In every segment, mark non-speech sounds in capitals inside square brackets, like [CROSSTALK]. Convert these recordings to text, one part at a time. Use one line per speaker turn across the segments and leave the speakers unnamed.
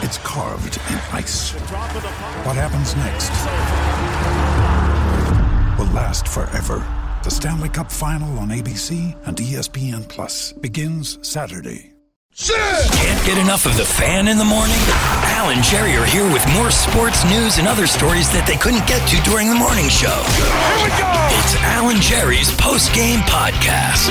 it's carved in ice. What happens next will last forever. The Stanley Cup Final on ABC and E ESPN Plus begins Saturday.
Can't get enough of the fan in the morning? Al and Jerry are here with more sports news and other stories that they couldn't get to during the morning show. Here we go! It's Al and Jerry's post game podcast.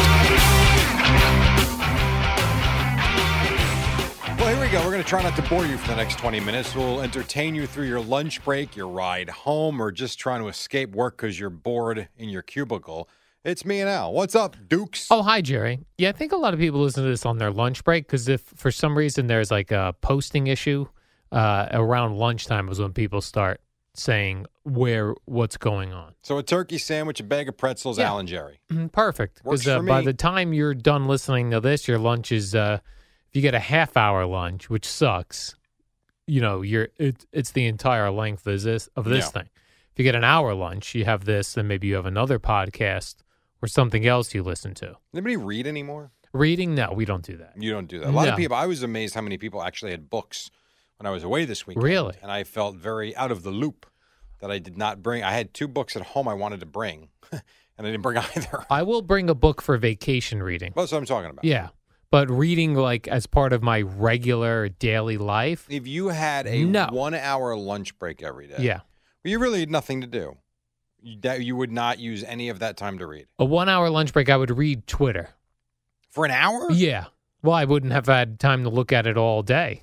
Well, here we go. We're going to try not to bore you for the next 20 minutes. We'll entertain you through your lunch break, your ride home, or just trying to escape work because you're bored in your cubicle. It's me and Al. What's up, Dukes?
Oh, hi, Jerry. Yeah, I think a lot of people listen to this on their lunch break because if for some reason there's like a posting issue uh, around lunchtime is when people start saying where what's going on.
So, a turkey sandwich, a bag of pretzels,
Yeah.
Al and Jerry.
Mm, Perfect.
Mm-hmm. Works
Because uh,
for
by
me.
the time you're done listening to this, your lunch is uh, if you get a half hour lunch, which sucks. You know, you're it, it's the entire length of this of this
Yeah.
thing. If you get an hour lunch, you have this, then maybe you have another podcast or something else you listen to.
Anybody read anymore?
Reading? No, we don't do that.
You don't do that. A lot of
No.
people, I was amazed how many people actually had books when I was away this weekend.
Really?
And I felt very out of the loop that I did not bring. I had two books at home I wanted to bring, [LAUGHS] and I didn't bring [LAUGHS] either.
I will bring a book for vacation reading.
That's what I'm talking about.
Yeah. But reading like as part of my regular daily life.
If you had a
No.
one hour lunch break every day,
Yeah.
Well, you really had nothing to do. You, that you would not use any of that time to read
A one hour lunch break I would read Twitter.
for an hour.
Yeah. Well, I wouldn't have had time to look at it all day.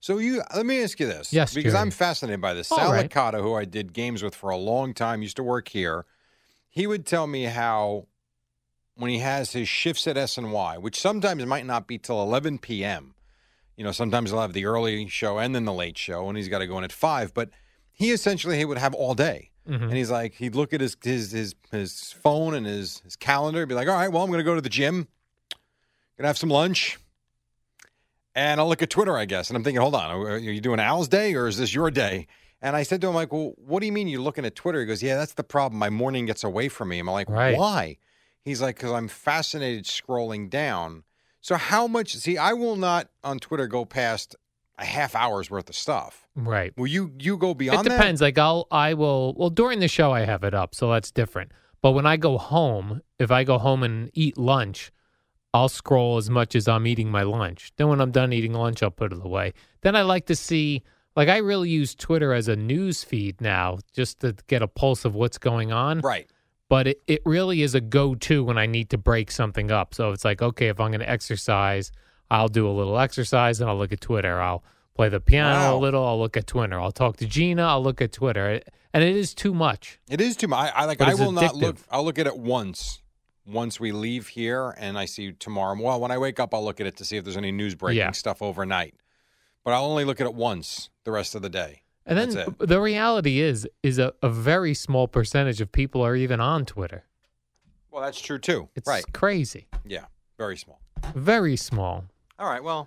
So you let me ask you this,
Yes,
because
Jerry.
I'm fascinated by this.
All
Sal
right.
Licata, who I did games with for a long time, used to work here. He would tell me how when he has his shifts at S and Y, which sometimes might not be till 11 p.m. You know, sometimes he'll have the early show and then the late show, and he's got to go in at five. But he essentially he would have all day.
Mhm.
And he's like, he'd look at his his his, his phone and his, his calendar and be like, all right, well, I'm going to go to the gym, going to have some lunch, and I'll look at Twitter, I guess. And I'm thinking, hold on, are are you doing Al's day or is this your day? And I said to him, like, well, what do you mean you're looking at Twitter? He goes, yeah, that's the problem. My morning gets away from me. I'm like,
Right.
why? He's like, because I'm fascinated scrolling down. So how much? See, I will not on Twitter go past a half hour's worth of stuff.
Right.
Will you? You go beyond?
it
that?
depends. Like I'll I will well during the show I have it up, so that's different. But when I go home, if I go home and eat lunch, I'll scroll as much as I'm eating my lunch. Then when I'm done eating lunch, I'll put it away. Then I like to see like I really use Twitter as a news feed now just to get a pulse of what's going [LAUGHS] on.
Right.
But it, it really is a go to when I need to break something up. So it's like, okay, if I'm gonna exercise, I'll do a little exercise and I'll look at Twitter. I'll play the piano
Wow.
a little, I'll look at Twitter. I'll talk to Gina, I'll look at Twitter. It- And it is too much.
It is too much. I, I like.
But
I
it's
will not look.
addictive.
I'll look at it once. Once we leave here, and I see you tomorrow. Well, when I wake up, I'll look at it to see if there's any news breaking
Yeah.
stuff overnight. But I'll only look at it once the rest of the day.
And then
That's
the reality is is a, a very small percentage of people are even on Twitter.
Well, that's true too.
It's
right.
crazy.
Yeah. Very small.
Very small.
All right. Well,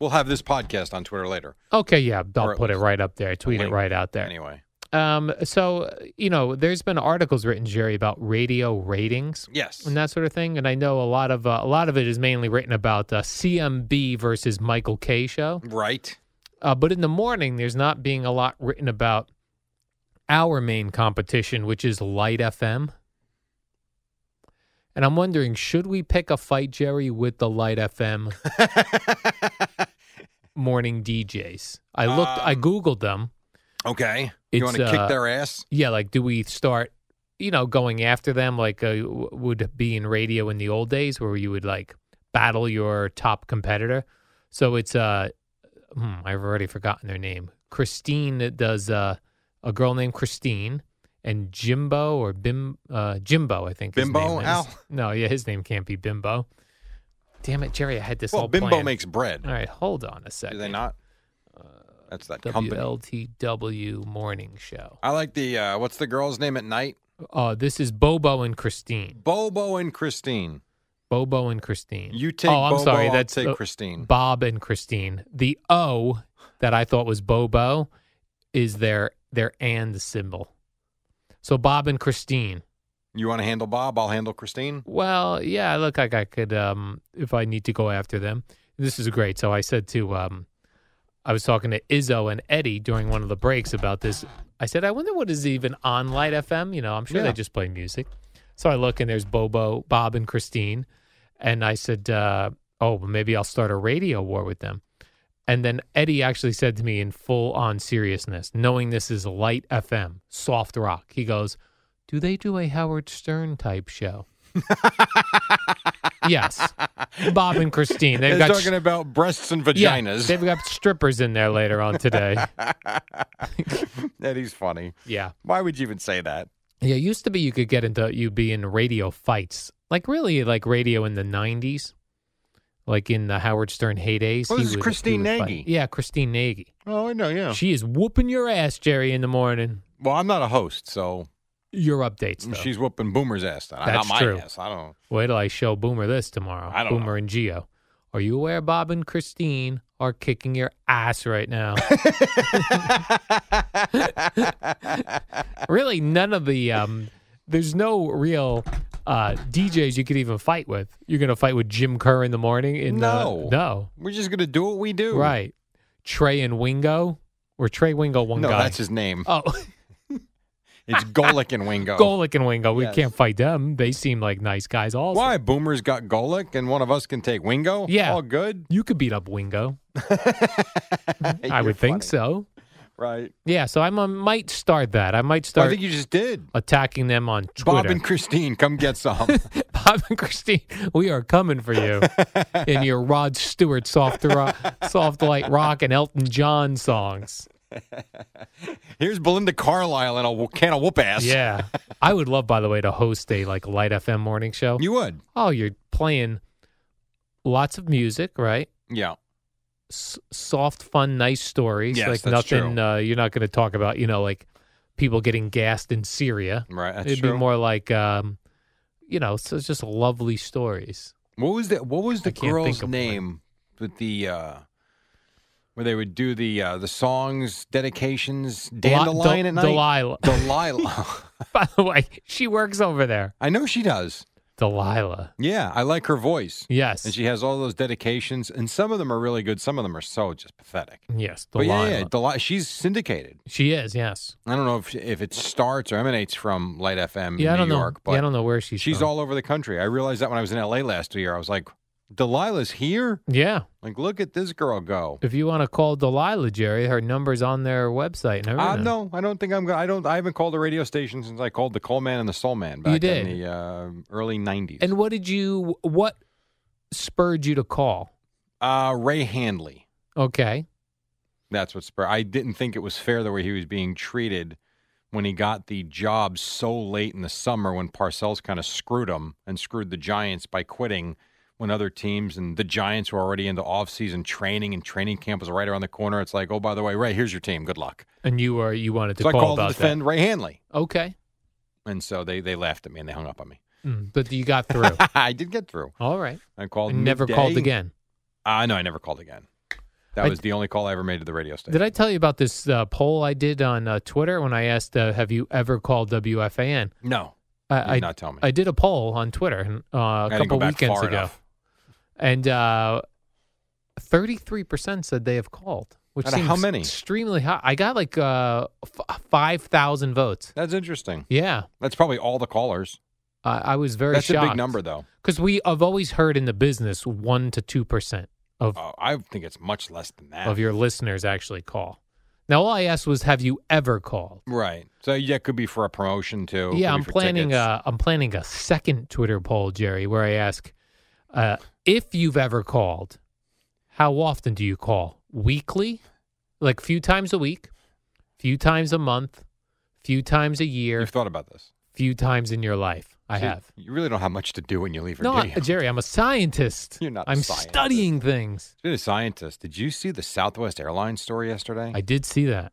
we'll have this podcast on Twitter later.
Okay, yeah,
Or
I'll
at
put it
least
right up there. Tweet it
link.
right out there.
Anyway.
Um, so you know, there's been articles written, Jerry, about radio ratings
Yes.
and that sort of thing. And I know a lot of uh, a lot of it is mainly written about uh, CMB versus Michael K show.
Right.
Uh, but in the morning, there's not being a lot written about our main competition, which is Light FM. And I'm wondering, should we pick a fight, Jerry, with the Light FM morning DJs? I looked, I
Um,
googled them.
okay.
It's,
You want to
uh,
kick their ass?
Yeah, like do we start you know, going after them like uh, w- would be in radio in the old days where you would like battle your top competitor. So it's uh, hmm, I've already forgotten their name. Christine does uh, a girl named Christine and Jimbo or Bim uh, Jimbo, I think. his
Bimbo?
name is.
Al?
No, yeah, his name can't be Bimbo. Damn it, Jerry! I had this
Well,
all
Bimbo
planned.
makes bread.
All right, hold on a second.
Do they not?
Uh,
That's that company.
WLTW morning show.
I like the uh, what's the girl's name at night?
Uh, this is Bobo and Christine.
Bobo and Christine.
Bobo and Christine.
You take
Oh, I'm
Bobo,
sorry.
I'll
that's
take
uh,
Christine.
Bob and Christine. The O that I thought was Bobo is their their and symbol. So Bob and Christine.
You want to handle Bob? I'll handle Christine.
Well, yeah, I look like I could um if I need to go after them. This is great. So I said to um I was talking to Izzo and Eddie during one of the breaks about this. I said, I wonder what is even on Light FM. You know, I'm sure
Yeah.
they just play music. So I look and there's Bobo, Bob, and Christine. And I said, uh, oh, well, maybe I'll start a radio war with them. And then Eddie actually said to me in full on seriousness, knowing this is light FM, soft rock, he goes, Do they do a Howard Stern
[LAUGHS]
type show? yes. Bob and Christine. They've
They're
got
talking about breasts and
yeah,
vaginas. [LAUGHS]
they've got strippers in there later on today.
Eddie's funny.
yeah.
Why would you even say that?
Yeah, it used to be you could get into you be in radio fights. Like really like radio in the nineties. Like in the Howard Stern heydays.
Oh,
he
this is
would- he
Christine
would fight.
Nagy.
Yeah, Christine Nagy.
Oh, I know. Yeah.
She is whooping your ass, Jerry, in the morning.
Well, I'm not a host, so
Your updates though.
she's whooping Boomer's ass. Then.
That's
not my
true.
ass. I don't. know.
Wait till I show Boomer this tomorrow.
I don't
Boomer and Geo. Are you aware Bob and Christine are kicking your ass
[LAUGHS]
right now? really, none of the um, there's no real uh, DJs you could even fight with. You're gonna fight with Jim Kerr in the morning. In
No.
the, no,
We're just gonna do what we do.
right? Trey and Wingo, or Trey Wingo, one
No,
guy.
that's his
[LAUGHS]
name. [LAUGHS]
oh,
It's Golik and Wingo.
Golik and Wingo.
Oh. Yes.
We can't fight them. They seem like nice guys. Also,
Why? Boomer's got Golik, and one of us can take Wingo.
Yeah.
All good.
you could beat
[LAUGHS]
up Wingo. I would think so.
Right.
Yeah, so I am might start that. I might
Well, I
start
think you just did.
attacking them on Twitter.
Bob
[LAUGHS]
and Christine, come get some.
Bob and Christine, we are coming
[LAUGHS]
for you in your Rod Stewart soft rock, soft light rock and Elton John songs.
Here's Belinda Carlisle and a w- can of whoop ass.
Yeah, I would love, by the way, to host a like light FM morning show.
You would.
oh, you're playing lots of music, right?
Yeah.
s- soft, fun, nice stories.
Yes,
like
that's
nothing
true.
Uh, you're not going to talk about, you know, like people getting gassed in Syria.
Right, that's
It'd
true.
be more like, um, you know, so it's just lovely stories.
What was that? What was the
I can't think
girl's
of one.
name with the uh where they would do the uh the songs, dedications, dandelion
Del-
at night?
Delilah. [LAUGHS]
Delilah.
By the way, she works over there.
I know she does.
Delilah.
Yeah, I like her voice.
Yes.
And she has all those dedications, and some of them are really good. Some of them are so just pathetic.
yes.
But
Delilah.
Oh, yeah, yeah, Deli- she's syndicated.
she is. Yes.
I don't know if if it starts or emanates from Light FM
yeah. I
in
don't
New
know.
York, but
yeah, I don't know where she's.
she's
from.
all over the country. I realized that when I was in LA last year, I was like, Delilah's here?
Yeah.
Like, look at this girl go.
If you want to call Delilah, Jerry, her number's on their website. and
Uh,
everything.
no, I don't think I'm. go- I don't. I haven't called a radio station since I called the Coal Man and the Soul Man back
You did.
in the uh, early '90s.
And what did you? What spurred you to call?
uh, Ray Handley.
Okay.
That's what spurred. I didn't think it was fair the way he was being treated when he got the job so late in the summer when Parcells kind of screwed him and screwed the Giants by quitting when other teams and the Giants were already into off-season training and training camp was right around the corner. It's like, oh, by the way, Ray, here's your team. Good luck.
And you were you wanted to
so I
call
called to
about
defend Ray Handley,
that. Okay.
and so they they laughed at me and they hung up on me.
Mm, but you got through.
[LAUGHS] I did get through.
All right.
I called.
and never
midday.
called again.
Uh, no, I never called again. That
I-
was the only call I ever made to the radio station.
Did I tell you about this uh, poll I did on uh, Twitter when I asked, uh, "Have you ever called WFAN?"
No, you
I,
did
I
not tell me.
I did a poll on Twitter uh, a
I didn't
couple
go back
weekends
far
ago,
enough.
and uh, 33% said they have called, which
Out of
seems
how many?
extremely high. I got like uh, f- 5,000 votes.
That's interesting.
Yeah,
That's probably all the callers.
I I was very
That's
shocked.
a big number, though.
because we have always heard in the business one to two percent of
Oh, Uh, I think it's much less than that.
of your listeners actually call. Now, all I asked was, have you ever called?
Right. So yeah, it could be for a promotion too.
yeah,
could be
I'm
for
planning uh,
tickets.
a I'm planning a second Twitter poll, Jerry, where I ask uh, if you've ever called. How often do you call? Weekly, like few times a week, few times a month, few times a year,
You've thought about this.
few times in your life. I
So
have.
You really don't have much to do when you leave your
No,
no,
I- Jerry, I'm a scientist.
You're not a
I'm
scientist.
studying things.
Speaking of scientists, did you see the Southwest Airlines story yesterday?
I did see that.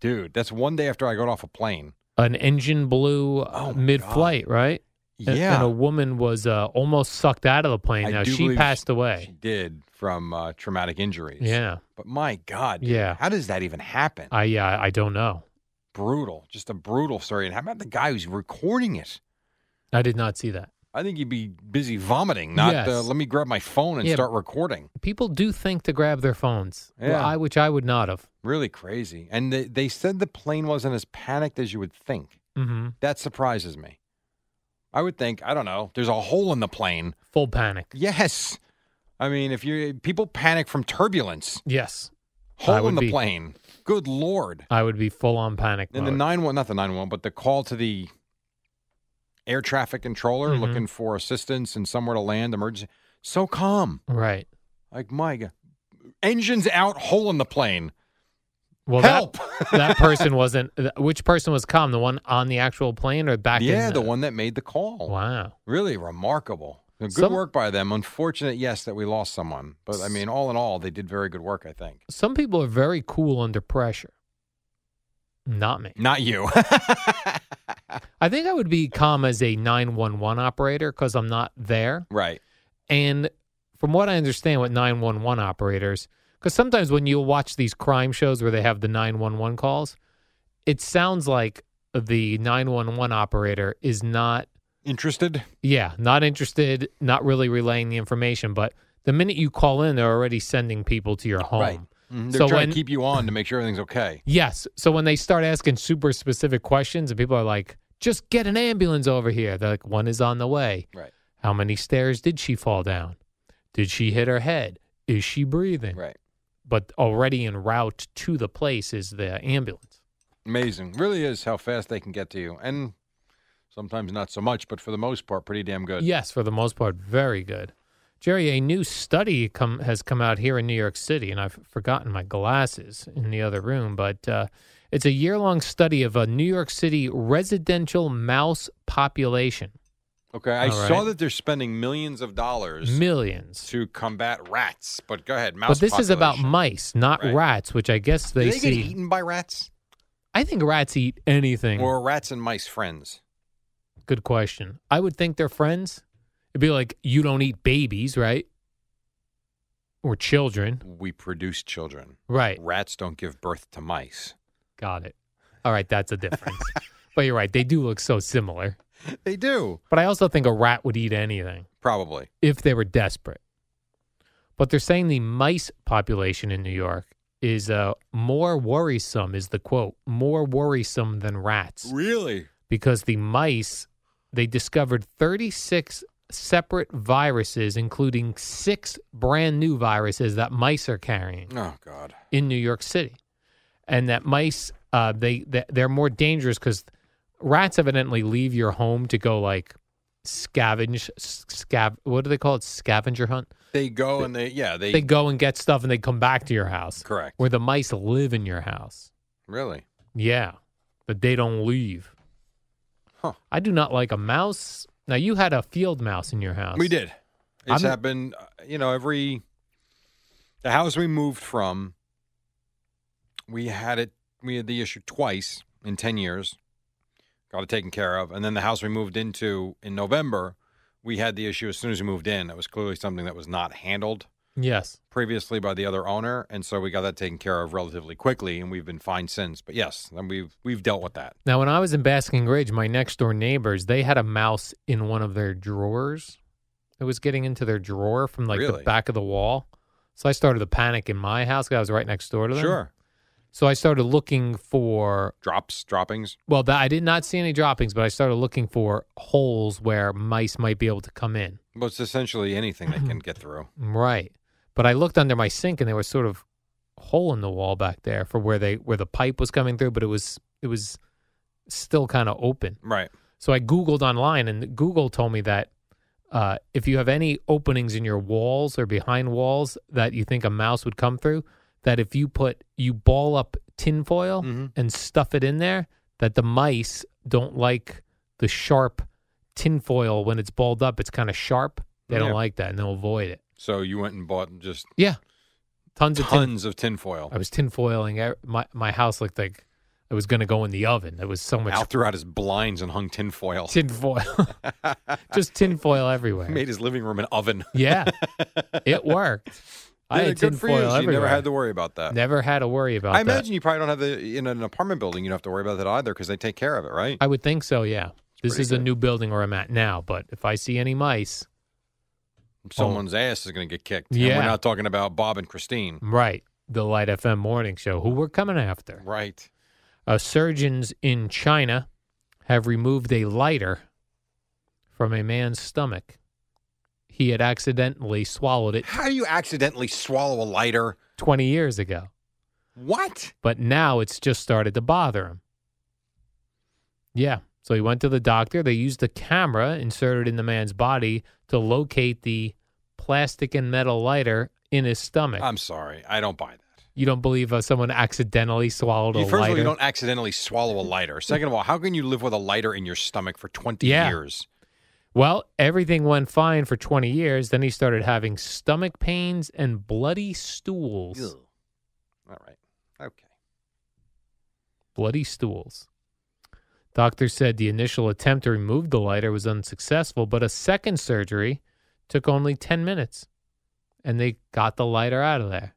Dude, that's one day after I got off a plane.
An engine blew uh,
Oh, my
mid-flight, right? And-
yeah.
And a woman was uh, almost sucked out of the plane.
I
now
do
she
believe
passed
She
away.
did from uh, traumatic injuries.
Yeah.
But my God, dude,
Yeah.
how does that even happen?
I yeah, I don't know.
brutal. Just a brutal story. And how about the guy who's recording it?
I did not see that.
I think he'd be busy vomiting, not
Yes.
uh, let me grab my phone and
Yeah.
start recording.
People do think to grab their phones. wh-
Yeah.
I which I would not have.
Really crazy. And they, they said the plane wasn't as panicked as you would think.
hmm
That surprises me. I would think, I don't know, there's a hole in the plane.
Full panic.
Yes. I mean, if you people panic from turbulence,
Yes, I
hole in
would
the
be.
plane. Good lord.
I would be full on panic
And
mode.
the nine one, not the nine one, but the call to the air traffic controller
Mhm.
looking for assistance and somewhere to land emergency. So calm,
right.
like my God. engines out, hole in the plane.
Well,
Help! [LAUGHS]
That, that person wasn't. th- Which person was calm? The one on the actual plane or [LAUGHS] back?
yeah,
in
the one that made the call.
Wow.
Really remarkable. Good
Some-
work by them. Unfortunate, yes, that we lost someone, but I mean, all in all, they did very good work. I think.
Some people are very cool under pressure. Not me.
Not you. [LAUGHS]
I think I would be calm as a nine one one operator because I'm not there.
right.
And from what I understand with 911 operators, because sometimes when you watch these crime shows where they have the 911 calls, it sounds like the 911 operator is not,
Interested?
yeah, not interested, not really relaying the information. But the minute you call in, they're already sending people to your home.
Right. Mhm. They're
So
trying
when-
to keep you on to make sure everything's
[LAUGHS]
okay.
Yes. So when they start asking super specific questions and people are like, just get an ambulance over here, they're like, one is on the way.
Right.
How many stairs did she fall down? Did she hit her head? Is she breathing?
Right.
but already en route to the place is the ambulance.
Amazing. Really is how fast they can get to you. And sometimes not so much, but for the most part, pretty damn good.
Yes, for the most part, very good. Jerry, a new study come, has come out here in New York City, and I've forgotten my glasses in the other room, but uh, it's a year long study of a New York City residential mouse population.
Okay. I
All
saw
right.
that they're spending millions of dollars
Millions.
to combat rats, but go ahead. Mouse
But this is about
population.
mice, not
Right.
rats, which I guess they,
Do they
see.
get eaten by rats?
I think rats eat anything.
Or are rats and mice friends?
Good question. I would think they're friends. It'd be like you don't eat babies, right? Or children,
We produce children.
right?
Rats don't give birth to mice.
Got it. All right, that's a difference. but you're right; they do look so similar.
[LAUGHS] They do.
But I also think a rat would eat anything
Probably.
if they were desperate. But they're saying the mice population in New York is uh, more worrisome. Is the quote more worrisome than rats?
Really?
because the mice they discovered 36 separate viruses including six brand new viruses that mice are carrying
Oh, God.
in New York City and that mice uh, they they- they're more dangerous cuz rats evidently leave your home to go like scavenge s- scav what do they call it scavenger hunt
They go and they, yeah, they,
they go and get stuff and they come back to your house
correct.
where the mice live in your house
Really?
yeah, but they don't leave.
Huh.
I do not like a mouse. Now you had a field mouse in your house.
We did. It's
I'm-
happened, uh, you know, every the house we moved from, we had it we had the issue twice in 10 years. Got it taken care of. And then the house we moved into in November, we had the issue as soon as we moved in. It was clearly something that was not handled
Yes.
previously by the other owner, and so we got that taken care of relatively quickly and we've been fine since. But yes, and we've we've dealt with that.
Now when I was in Basking Ridge, my next door neighbors they had a mouse in one of their drawers. It was getting into their drawer from like
Really?
the back of the wall. So I started to panic in my house because I was right next door to them.
Sure.
So I started looking for
Drops, droppings.
well, that, I did not see any droppings, but I started looking for holes where mice might be able to come in.
Well, it's essentially anything that can get through.
Right. But I looked under my sink and there were sort of hole in the wall back there for where they where the pipe was coming through, but it was it was still kind of open.
Right.
So I Googled online, and Google told me that uh, if you have any openings in your walls or behind walls that you think a mouse would come through, that if you put you ball up tinfoil and stuff it in there, that the mice don't like the sharp tinfoil when it's balled up. It's kind of sharp. They
Yeah.
don't like that, and they'll avoid it.
So you went and bought just
Yeah, tons of tin-
tons of tinfoil
I was tinfoiling. e- My my house looked like I was going to go in the oven. There was so much [LAUGHS]
out throughout his blinds and hung tinfoil.
tinfoil, just tinfoil everywhere.
[LAUGHS] Made his living room an oven.
Yeah,
[LAUGHS]
it worked. I
Yeah,
had
good for you.
tinfoil
so
everywhere.
you never had to worry about that.
Never had to worry about
I
that.
imagine you probably don't have the in an apartment building. You don't have to worry about that either because they take care of it, right?
I would think so. Yeah, this
pretty
is a
good.
new building where I'm at now. But if I see any mice,
Someone's ass is going to get kicked. And
Yeah.
we're not talking about Bob and Christine,
right, the Light FM morning show, who we're coming after.
right?
Uh, surgeons in China have removed a lighter from a man's stomach. He had accidentally swallowed it
How do you accidentally swallow a lighter?
20 years ago,
What?
but now it's just started to bother him. Yeah. So he went to the doctor. They used a camera inserted in the man's body to locate the plastic and metal lighter in his stomach.
I'm sorry, I don't buy that.
you don't believe uh, someone accidentally swallowed
You-
a
first of all,
lighter?
you don't accidentally swallow a lighter. Second of all, how can you live with a lighter in your stomach for 20
Yeah.
years?
Well, everything went fine for 20 years. Then he started having stomach pains and bloody stools.
All right. Okay.
bloody stools. Doctors said the initial attempt to remove the lighter was unsuccessful, but a second surgery took only 10 minutes and they got the lighter out of there.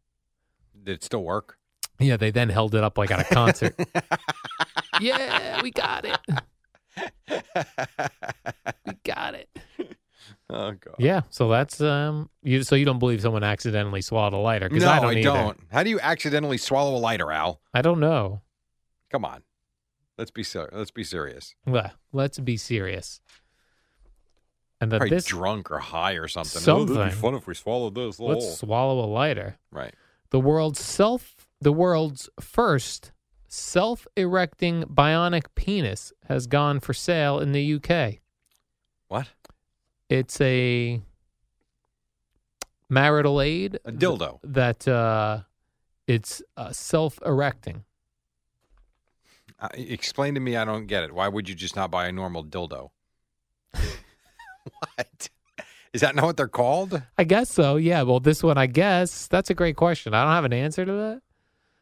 Did it still work?
Yeah, they then held it up like at a [LAUGHS] concert. yeah, we got it. We got it.
Oh god.
Yeah, so that's um you so you don't believe someone accidentally swallowed a lighter cuz
No,
I don't either.
How do you accidentally swallow a lighter, Al?
I don't know.
Come on. Let's be ser- let's be serious.
Well, let's be serious. And that
Probably
this
drunk or high or something. Oh, that'd be
Something.
fun if we swallowed this.
let's
Oh.
swallow a lighter.
Right.
the world's self the world's first self-erecting bionic penis has gone for sale in the UK.
What?
It's a marital aid
A dildo.
that uh, it's uh, self-erecting.
Uh, explain to me. I don't get it. Why would you just not buy a normal dildo? [LAUGHS] what? Is that not what they're called?
I guess so. Yeah. Well, this one, I guess that's a great question. I don't have an answer to that.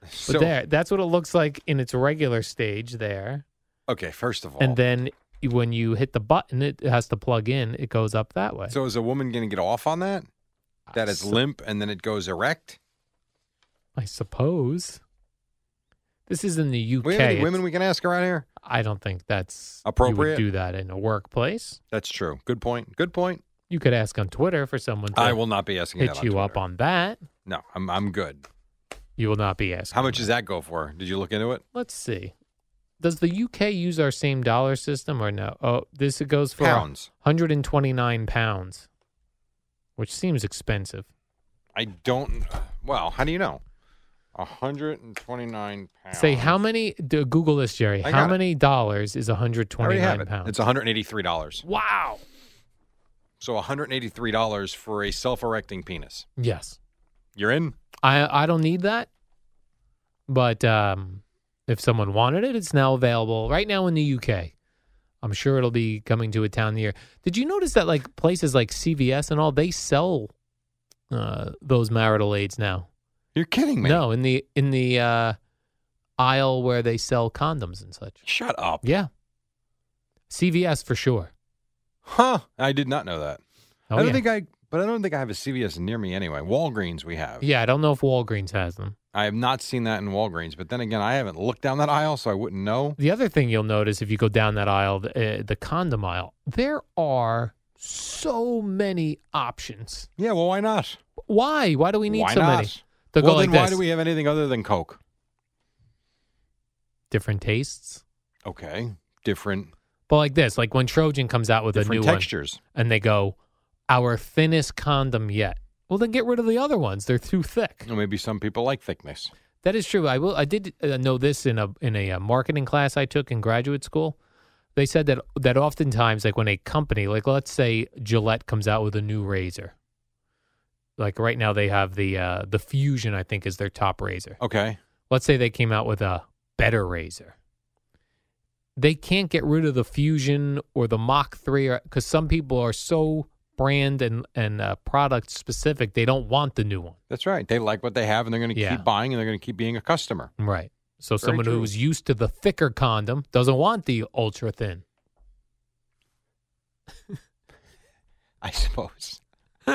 But
So
there, that's what it looks like in its regular stage. There,
okay. First of all,
and then when you hit the button, it has to plug in. It goes up that way.
so is a woman going to get off on that? That is limp and then it goes erect.
I suppose. This is in the UK.
We have any
It's-
women we can ask around here?
I don't think that's you would
Appropriate?
do that in a workplace.
That's true. Good point. Good point.
You could ask on Twitter for someone to
I will not be asking that
hit
on
you up
Twitter.
on that.
No, I'm I'm good.
You will not be asked.
How much does that go for? Did you look into it?
Let's see. Does the UK use our same dollar system or no? Oh, this it goes for
Pounds.
129 pounds, which seems expensive.
I don't. Well, how do you know? 129 pounds.
Say how many? Do, Google this, Jerry.
I
How
got it.
many dollars is
I already
129
have it.
pounds?
It's 183 dollars.
wow.
So 183 dollars for a self-erecting penis.
Yes.
You're in.
I I don't need that. But um, if someone wanted it, it's now available right now in the UK. I'm sure it'll be coming to a town near. Did you notice that like places like CVS and all they sell uh, those marital aids now?
You're kidding me.
No, in the in the uh, aisle where they sell condoms and such.
Shut up.
Yeah, CVS for sure.
Huh? I did not know that.
Oh,
I don't
yeah.
think I. But I don't think I have a CVS near me anyway. Walgreens we have.
yeah, I don't know if Walgreens has them.
I have not seen that in Walgreens. But then again, I haven't looked down that aisle, so I wouldn't know.
The other thing you'll notice if you go down that aisle, the, uh, the condom aisle, there are so many options.
Yeah. Well, why not?
Why? Why do we need
why
so
not?
many? They'll
well,
go like
then why
this.
do we have anything other than Coke?
Different tastes.
Okay. Different.
But like this, like when Trojan comes out with a new
Different textures.
one and they go, our thinnest condom yet. Well, then get rid of the other ones. They're too thick.
Well, maybe some people like thickness.
That is true. I will. I did uh, know this in a in a uh, marketing class I took in graduate school. They said that that oftentimes, like when a company, like let's say Gillette comes out with a new razor, like right now they have the uh, the Fusion, I think, is their top razor.
Okay.
Let's say they came out with a better razor. They can't get rid of the Fusion or the Mach Three, because some people are so brand and and uh, product specific, they don't want the new one.
That's right. They like what they have and they're going to
Yeah.
keep buying and they're going to keep being a customer. [LAUGHS]
Right. So
Very
someone
true.
who's used to the thicker condom doesn't want the ultra thin.
I suppose. [LAUGHS]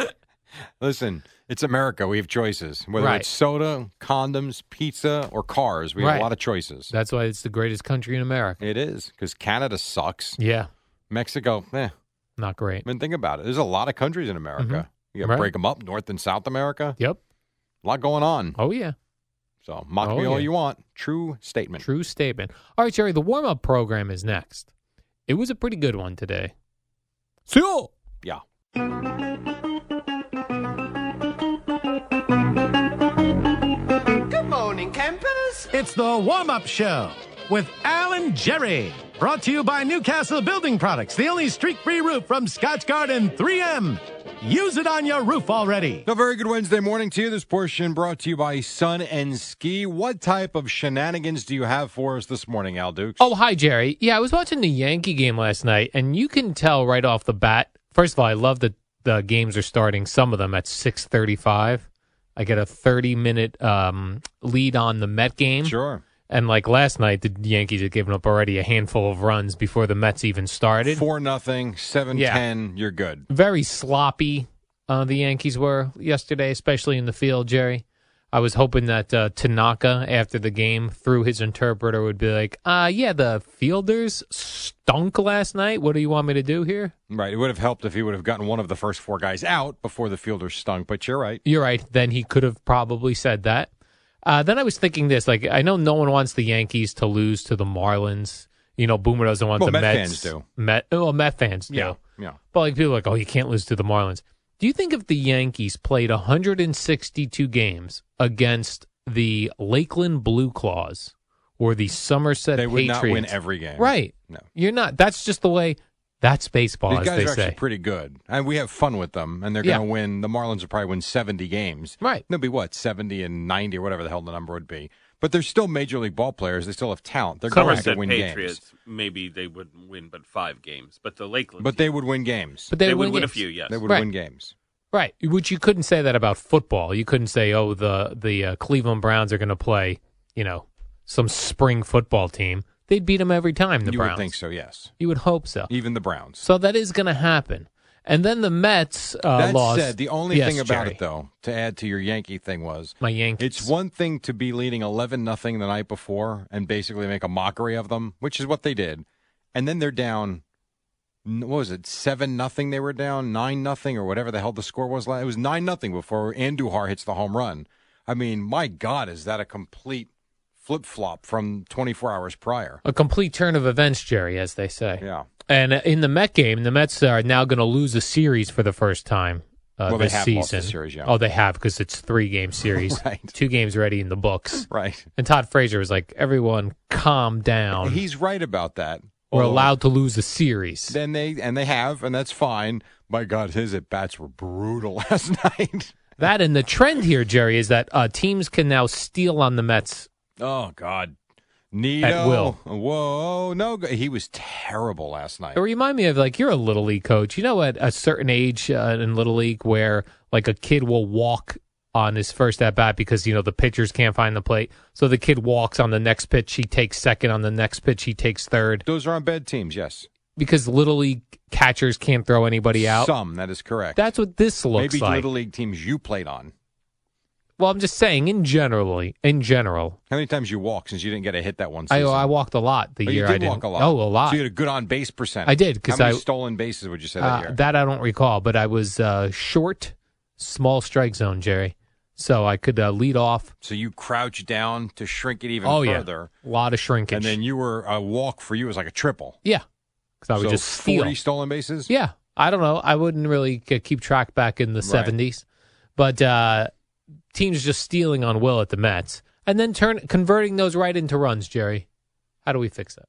Listen, it's America. We have choices. Whether
Right.
it's soda, condoms, pizza, or cars, we have
Right.
a lot of choices.
That's why it's the greatest country in America.
it is because Canada sucks.
Yeah,
Mexico, eh.
not great.
I mean, think about it. There's a lot of countries in America. You got to
Mm-hmm. Right.
break them up, North and South America.
Yep.
A lot going on.
Oh yeah.
So mock
Oh,
me all
yeah.
you want. True statement.
True statement. All right, Jerry. The warm up program is next. It was a pretty good one today. So
Yeah.
Good morning, campers.
It's the warm up show with Alan Jerry. Brought to you by Newcastle Building Products, the only streak free roof from Scotch Garden 3M. Use it on your roof already.
A very good Wednesday morning to you. This portion brought to you by Sun and Ski. What type of shenanigans do you have for us this morning, Al Dukes?
Oh, hi, Jerry. Yeah, I was watching the Yankee game last night, and you can tell right off the bat. First of all, I love that the games are starting. Some of them at six thirty-five. I get a thirty-minute um, lead on the Met game,
sure.
and like last night, the Yankees had given up already a handful of runs before the Mets even started.
Four nothing, seven
Yeah.
ten. You're good.
Very sloppy. Uh, the Yankees were yesterday, especially in the field, Jerry. I was hoping that uh, Tanaka, after the game, through his interpreter, would be like, uh, yeah, the fielders stunk last night. What do you want me to do here?
Right. It would have helped if he would have gotten one of the first four guys out before the fielder stunk. But you're right.
You're right. Then he could have probably said that. Uh, then I was thinking this like, I know no one wants the Yankees to lose to the Marlins. You know, Boomer doesn't want
Well,
the
Met
Mets.
fans do.
Met, oh, well, Met fans do.
Yeah.
But like people are like, oh, you can't lose to the Marlins. Do you think if the Yankees played 162 games against the Lakeland Blue Claws or the Somerset
They would
Patriots,
not win every game.
right?
No.
You're not. That's just the way. That's baseball,
These
as
guys
they
are
say.
actually pretty good, and we have fun with them. And they're
Yeah.
going to win. The Marlins will probably win seventy games.
Right.
They'll be what seventy and ninety or whatever the hell the number would be. But they're still major league ball players. They still have talent. They're going to
Somerset
win
Patriots,
games.
maybe they wouldn't win but five games, but the Lakeland.
But they would win games.
but
they, would win a
games.
few, yes.
They would
Right.
win games.
right? Which you couldn't say that about football. You couldn't say, oh, the the uh, Cleveland Browns are going to play, you know, some spring football team. They'd beat them every time. The
you
Browns.
would think so, yes.
You would hope so.
Even the Browns.
So that is going to happen. And then the Mets uh,
that
lost.
said, the only
Yes,
thing about
Jerry.
it, though, to add to your Yankee thing was
my Yankees.
it's one thing to be leading 11 nothing the night before and basically make a mockery of them, which is what they did. And then they're down, n- what was it, 7 nothing they were down, 9 nothing or whatever the hell the score was. la- It was 9 nothing before Andujar hits the home run. I mean, my God, is that a complete flip flop from 24 hours prior?
a complete turn of events, Jerry, as they say.
Yeah.
And uh, in the Met game, the Mets are now going to lose a series for the first time uh,
Well, they
this
have
season.
lost a series, yeah.
Oh, they have because it's three game series.
[LAUGHS] Right.
Two games already in the books.
Right.
And Todd Frazier was like, "Everyone, calm down.
He's right about that.
We're
Although-
allowed to lose a series."
Then they and they have, and that's fine. My God, his at bats were brutal [LAUGHS] last night.
that and the trend here, Jerry, is that uh, teams can now steal on the Mets.
Oh God, Nito.
will.
Whoa, no, go- he was terrible last night.
It remind me of like you're a little league coach. You know, at a certain age uh, in little league, where like a kid will walk on his first at bat because you know the pitchers can't find the plate, so the kid walks on the next pitch. He takes second on the next pitch. He takes third
Those are on bad teams. Yes,
because little league catchers can't throw anybody out.
some that is correct.
That's what this looks
maybe
like.
little league teams you played on.
well, I'm just saying in generally, in general,
How many times you walked since you didn't get a hit that one
I oh,
season?
I walked a lot the
Oh,
year
you did
I didn't.
walk a lot.
Oh, a lot.
So you had a good on base percentage.
I did, 'cause
How many
I-
stolen bases would you say that
Uh,
year?
that I don't recall, but I was uh, short, small strike zone, Jerry. So I could uh, lead off.
so you crouched down to shrink it even
oh
further,
yeah, a lot of shrinkage.
and then you were a walk for you was like a triple.
yeah, because I would
so
just steal.
forty stolen bases.
Yeah, I don't know. I wouldn't really k- keep track back in the
Right.
seventies, But uh, teams just stealing on Will at the Mets and then turn converting those right into runs, Jerry. How do we fix that?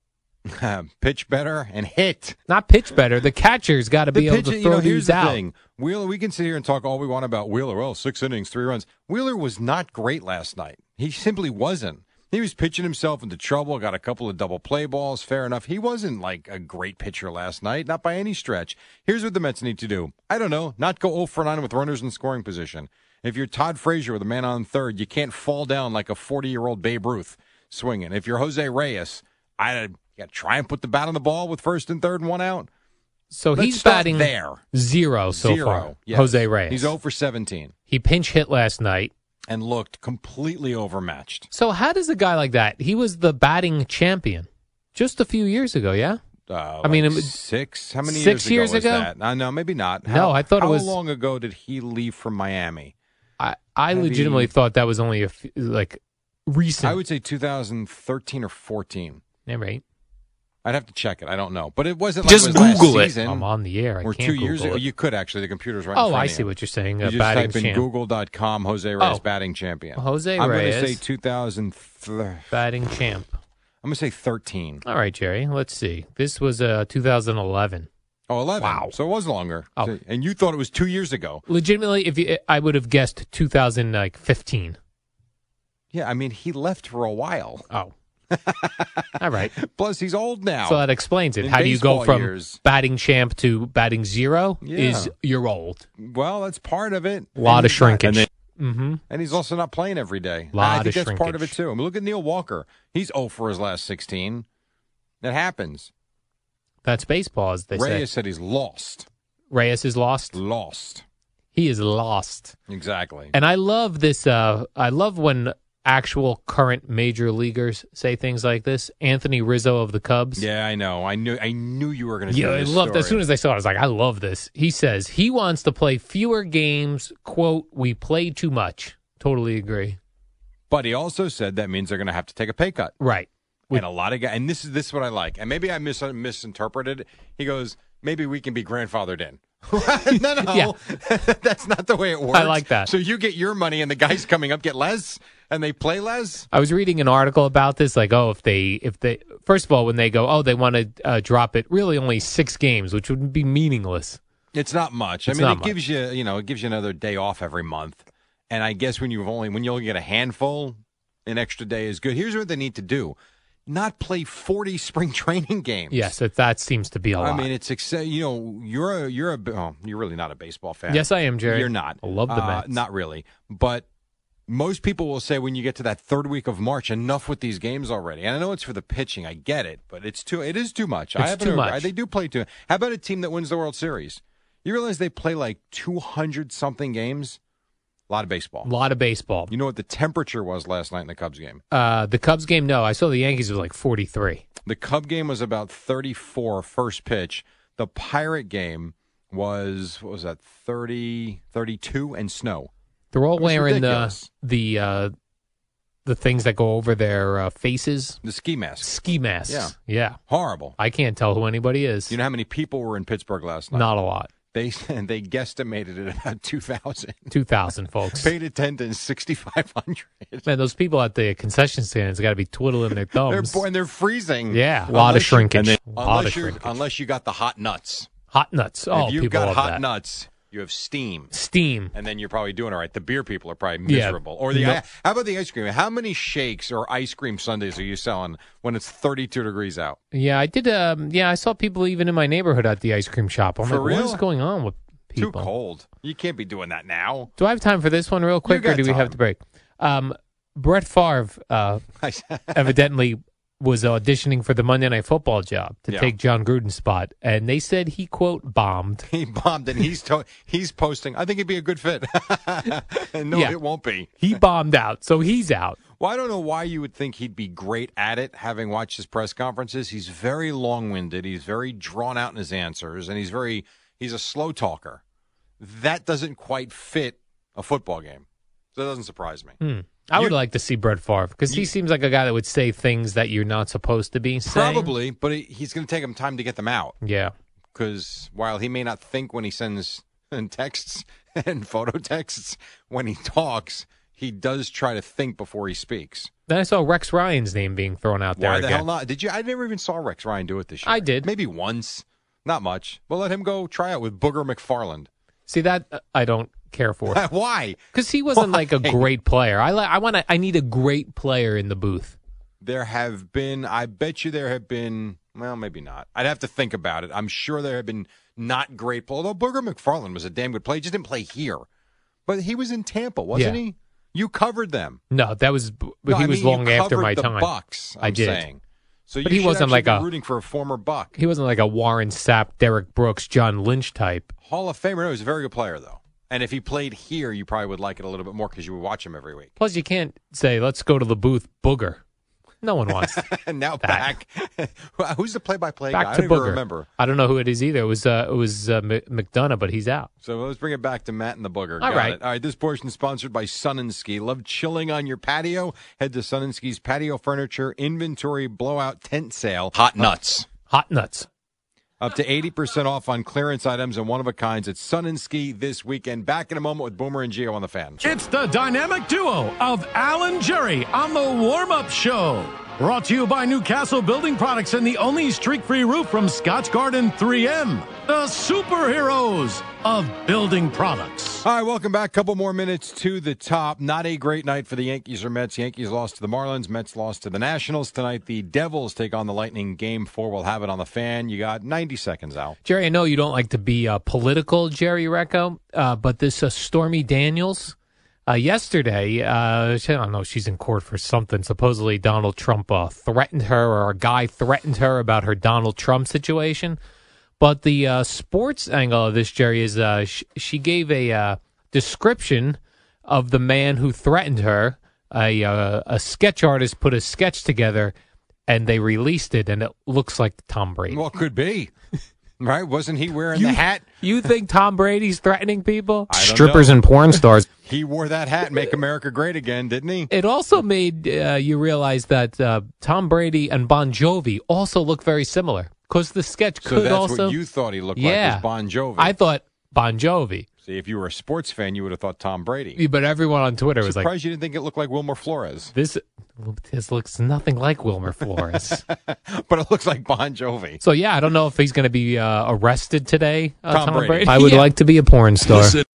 [LAUGHS] pitch better and hit.
Not pitch better. The catcher's got to be able to
you
throw
know, here's
these
the
out.
thing. Wheeler, we can sit here and talk all we want about Wheeler. Well, six innings, three runs. Wheeler was not great last night. He simply wasn't. He was pitching himself into trouble, got a couple of double play balls. Fair enough. He wasn't like a great pitcher last night, not by any stretch. Here's what the Mets need to do I don't know, not go 0 for 9 with runners in scoring position. If you're Todd Frazier with a man on third, you can't fall down like a 40 year old Babe Ruth swinging. If you're Jose Reyes, I yeah, try and put the bat on the ball with first and third and one out.
So
Let's
he's
start
batting
there.
zero Oh, so
Zero.
far.
yes.
Jose Reyes.
He's 0 for 17
He pinch hit last night.
and looked completely overmatched.
So how does a guy like that? He was the batting champion just a few years ago. Yeah.
Uh,
I mean,
like
it was-
six. How many
six
years
years
ago? was
ago?
that? Uh, no, maybe not.
No,
How-
I thought it was-
How long ago did he leave from Miami?
I I
Maybe-
legitimately thought that was only a f- like recent.
I would say 2013 or 14.
Yeah, right.
I'd have to check it. I don't know, but it wasn't.
Just
like it was
Google
last
it.
Season,
I'm on the air. I
or
can't
two years
Google
ago,
it.
you could actually. The computer's right. in
oh,
front
I
of
see
you.
what you're saying.
You
a
just
batting
type in
champ.
Google.com Jose Reyes
Oh.
batting champion.
Jose
I'm
Reyes.
going to say 2000. I'm
Batting champ.
going to say 13.
All right, Jerry. Let's see. This was uh, 2011.
Oh, 11.
Wow.
So it was longer.
Oh.
So- and you thought it was two years ago.
Legitimately, if you, I would have guessed 2015.
Yeah, I mean, he left for a while. [LAUGHS]
Oh. [LAUGHS] All right.
Plus, he's old now.
So that explains it.
In
How do you go
baseball
from
years.
batting champ to batting zero?
Yeah.
Is you're old.
well, that's part of it.
A lot
And
of
he's not-
shrinkage.
And, then-
mm-hmm.
and he's also not playing every day.
Lot
I think
of
that's part of it,
shrinkage.
too. I mean, look at Neil Walker. He's 0 for his last 16. That happens.
That's baseball, as they
Reyes
say.
said he's lost.
Reyes is lost.
Lost.
He is lost.
Exactly.
And I love this. Uh, I love when actual current major leaguers say things like this. Anthony Rizzo of the Cubs.
yeah, I know. I knew I knew you were going to
Yeah,
do
I
this
loved as
story.
soon as I saw it. I was like, I love this. He says he wants to play fewer games. "Quote: We play too much." Totally agree.
But he also said that means they're going to have to take a pay cut.
Right.
and a lot of guys, and this is this is what I like, and maybe I mis- misinterpreted. it. He goes, maybe we can be grandfathered
[LAUGHS]
in. [LAUGHS] no, no, [LAUGHS] that's not the way it works.
like that.
So you get your money, and the guys coming up get less, and they play less.
I was reading an article about this. Like, oh, if they, if they, first of all, when they go, oh, they want to uh, drop it, really only six games, which would be meaningless.
It's not much.
It's
I mean,
not
it gives you, you know, it gives you another day off every month, and I guess when you've only when you only get a handful, an extra day is good. Here's what they need to do: not play forty [LAUGHS] spring training games.
Yes, that, that seems to be a
I
lot.
mean, it's exce- you know you're a you're a oh, you're really not a baseball fan.
yes, I am, Jerry.
You're not.
I love the
Uh,
Mets.
Not really. But most people will say when you get to that third week of March, enough with these games already. And I know it's for the pitching. I get it, but it's too. It is too much. I
It's
haven't
too
heard-
much.
They do play too. How about a team that wins the World Series? You realize they play like two hundred something games. A lot of
a
baseball.
lot of baseball.
You know what the temperature was last night in the Cubs game?
Uh, the Cubs game, no, I saw the Yankees was like forty three.
The Cub game was about 34 first pitch. The Pirate game was what was that 30 32 and snow.
They're all
It was
wearing
ridiculous.
the the uh, the things that go over their uh, faces,
The ski mask.
ski masks.
Yeah.
yeah.
Horrible.
I can't tell who anybody is.
You know how many people were in Pittsburgh last night?
not a lot.
They [LAUGHS] they guesstimated it about two thousand.
Two thousand folks.
Paid attendance sixty five hundred.
Man, those people at the concession stands got to be twiddling
[LAUGHS]
their
They're
thumbs.
bo- and they're freezing.
Oh, yeah, a lot of
Unless you-
shrinkage. a lot of
Unless you
shrinkage.
unless you got the hot nuts.
hot nuts. Oh,
if you've
people
got
love
hot
that.
nuts, you have steam,
Steam.
and then you're probably doing all right. The beer people are probably
Yeah.
miserable. Or the
No.
how about the ice cream? How many shakes or ice cream sundaes are you selling when it's thirty two degrees out?
Yeah, I did. Um, yeah, I saw people even in my neighborhood at the ice cream shop. I'm
For
like,
real?
what is going on with people?
Too cold. You can't be doing that now. [LAUGHS]
Do I have time for this one real quick, or
got
do we
time.
have to break? Um, Brett Favre
[LAUGHS]
uh, evidently was auditioning for the Monday Night Football job to
Yeah.
take John Gruden's spot, and they said he quote bombed.
he bombed, and he's to- he's posting. I think it'd be a good fit. [LAUGHS] no,
Yeah.
it won't be. [LAUGHS]
He bombed out, so he's out.
Well, I don't know why you would think he'd be great at it, having watched his press conferences. He's very long winded, he's very drawn out in his answers, and he's very he's a slow talker. That doesn't quite fit a football game. So that doesn't surprise me.
Hmm. I would
You-
like to see Brett Favre because he
You-
seems like a guy that would say things that you're not supposed to be saying.
Probably, but he- he's going to take him time to get them out
Yeah.
because while he may not think when he sends [LAUGHS] texts, [LAUGHS] and photo texts, when he talks, he does try to think before he speaks.
Then I saw Rex Ryan's name being thrown out there
Why the
again.
hell not? Did you? I never even saw Rex Ryan do it this year.
I did.
Maybe once. Not much. Well, let him go try out with Booger McFarland.
See that uh, I don't care for
[LAUGHS] Why?
because he wasn't like a
Why?
great player. I li- I want to. I need a great player in the booth.
There have been, I bet you there have been, well, maybe not. I'd have to think about it. I'm sure there have been not great, although Booger McFarland was a damn good player. He just didn't play here. But he was in Tampa, wasn't
Yeah.
he? You covered them.
No, that was b-
No,
he
I
was
mean, you
long after
covered
my
the
time.
Bucks, I'm
I did.
saying. So
But
you
he
should
wasn't
actually
like
be
a-
rooting for a former Buck.
He wasn't like a Warren Sapp, Derek Brooks, John Lynch type.
Hall of Famer. No, he's a very good player, though. And if he played here, you probably would like it a little bit more because you would watch him every week. [LAUGHS]
Plus, you can't say let's go to the booth, booger. No one wants
And now
That.
back. [LAUGHS] Who's the play-by-play guy?
back
I
to
don't even
booger.
remember.
I don't know who it is either. It was uh, it was uh, M- McDonough, but he's out.
So let's bring it back to Matt and the Booger.
All
Got
right.
It. All right. This portion is sponsored by Sun and Ski. Love chilling on your patio? Head to Sun and Ski's patio furniture inventory blowout tent sale. Hot nuts.
Hot nuts.
Up to 80% off on clearance items and one of a kinds at Sun and Ski this weekend. Back in a moment with Boomer and Geo on the fan.
It's the dynamic duo of Alan Jerry on the warm up show. Brought to you by Newcastle Building Products and the only streak free roof from Scotch Garden 3M, the superheroes of building products.
All right, welcome back. Couple more minutes to the top. Not a great night for the Yankees or Mets. Yankees lost to the Marlins. Mets lost to the Nationals. Tonight, the Devils take on the Lightning. Game four. We'll have it on the fan. You got 90 seconds, Al.
Jerry, I know you don't like to be uh, political, Jerry Recco, uh, but this uh, Stormy Daniels uh, yesterday, uh, she- I don't know, she's in court for something. Supposedly, Donald Trump uh, threatened her, or a guy threatened her about her Donald Trump situation. But the uh, sports angle of this, Jerry, is uh, sh- she gave a uh, description of the man who threatened her. A, uh, a sketch artist put a sketch together, and they released it, and it looks like Tom Brady.
Well, could
[LAUGHS]
be. Right? Wasn't he wearing the hat?
You think Tom Brady's threatening people?
I don't Strippers know. [LAUGHS]
and porn stars.
He wore that hat, Make America Great Again, didn't he?
It also made uh, you realize that uh, Tom Brady and Bon Jovi also look very similar because the sketch
So
could
that's
also.
what you thought he looked like,
Yeah.
was Bon Jovi.
I thought Bon Jovi,
See, if you were a sports fan, you would have thought Tom Brady.
but everyone on Twitter was
Surprised
like,
you didn't think it looked like Wilmer Flores, [LAUGHS]
"This, this looks nothing like Wilmer Flores." [LAUGHS]
but it looks like Bon Jovi.
so [LAUGHS] yeah, I don't know if he's going to be uh, arrested today. Uh,
Tom
Tom,
Brady. [LAUGHS]
I would like to be a porn star.